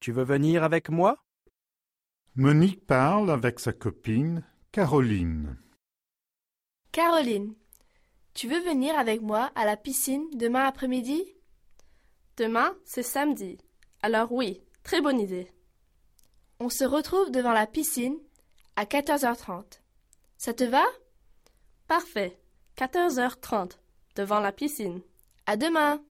Tu veux venir avec moi Monique parle avec sa copine Caroline. Caroline, tu veux venir avec moi à la piscine demain après-midi Demain, c'est samedi. Alors oui, très bonne idée. On se retrouve devant la piscine à 14h30. Ça te va Parfait. 14h30, devant la piscine. À demain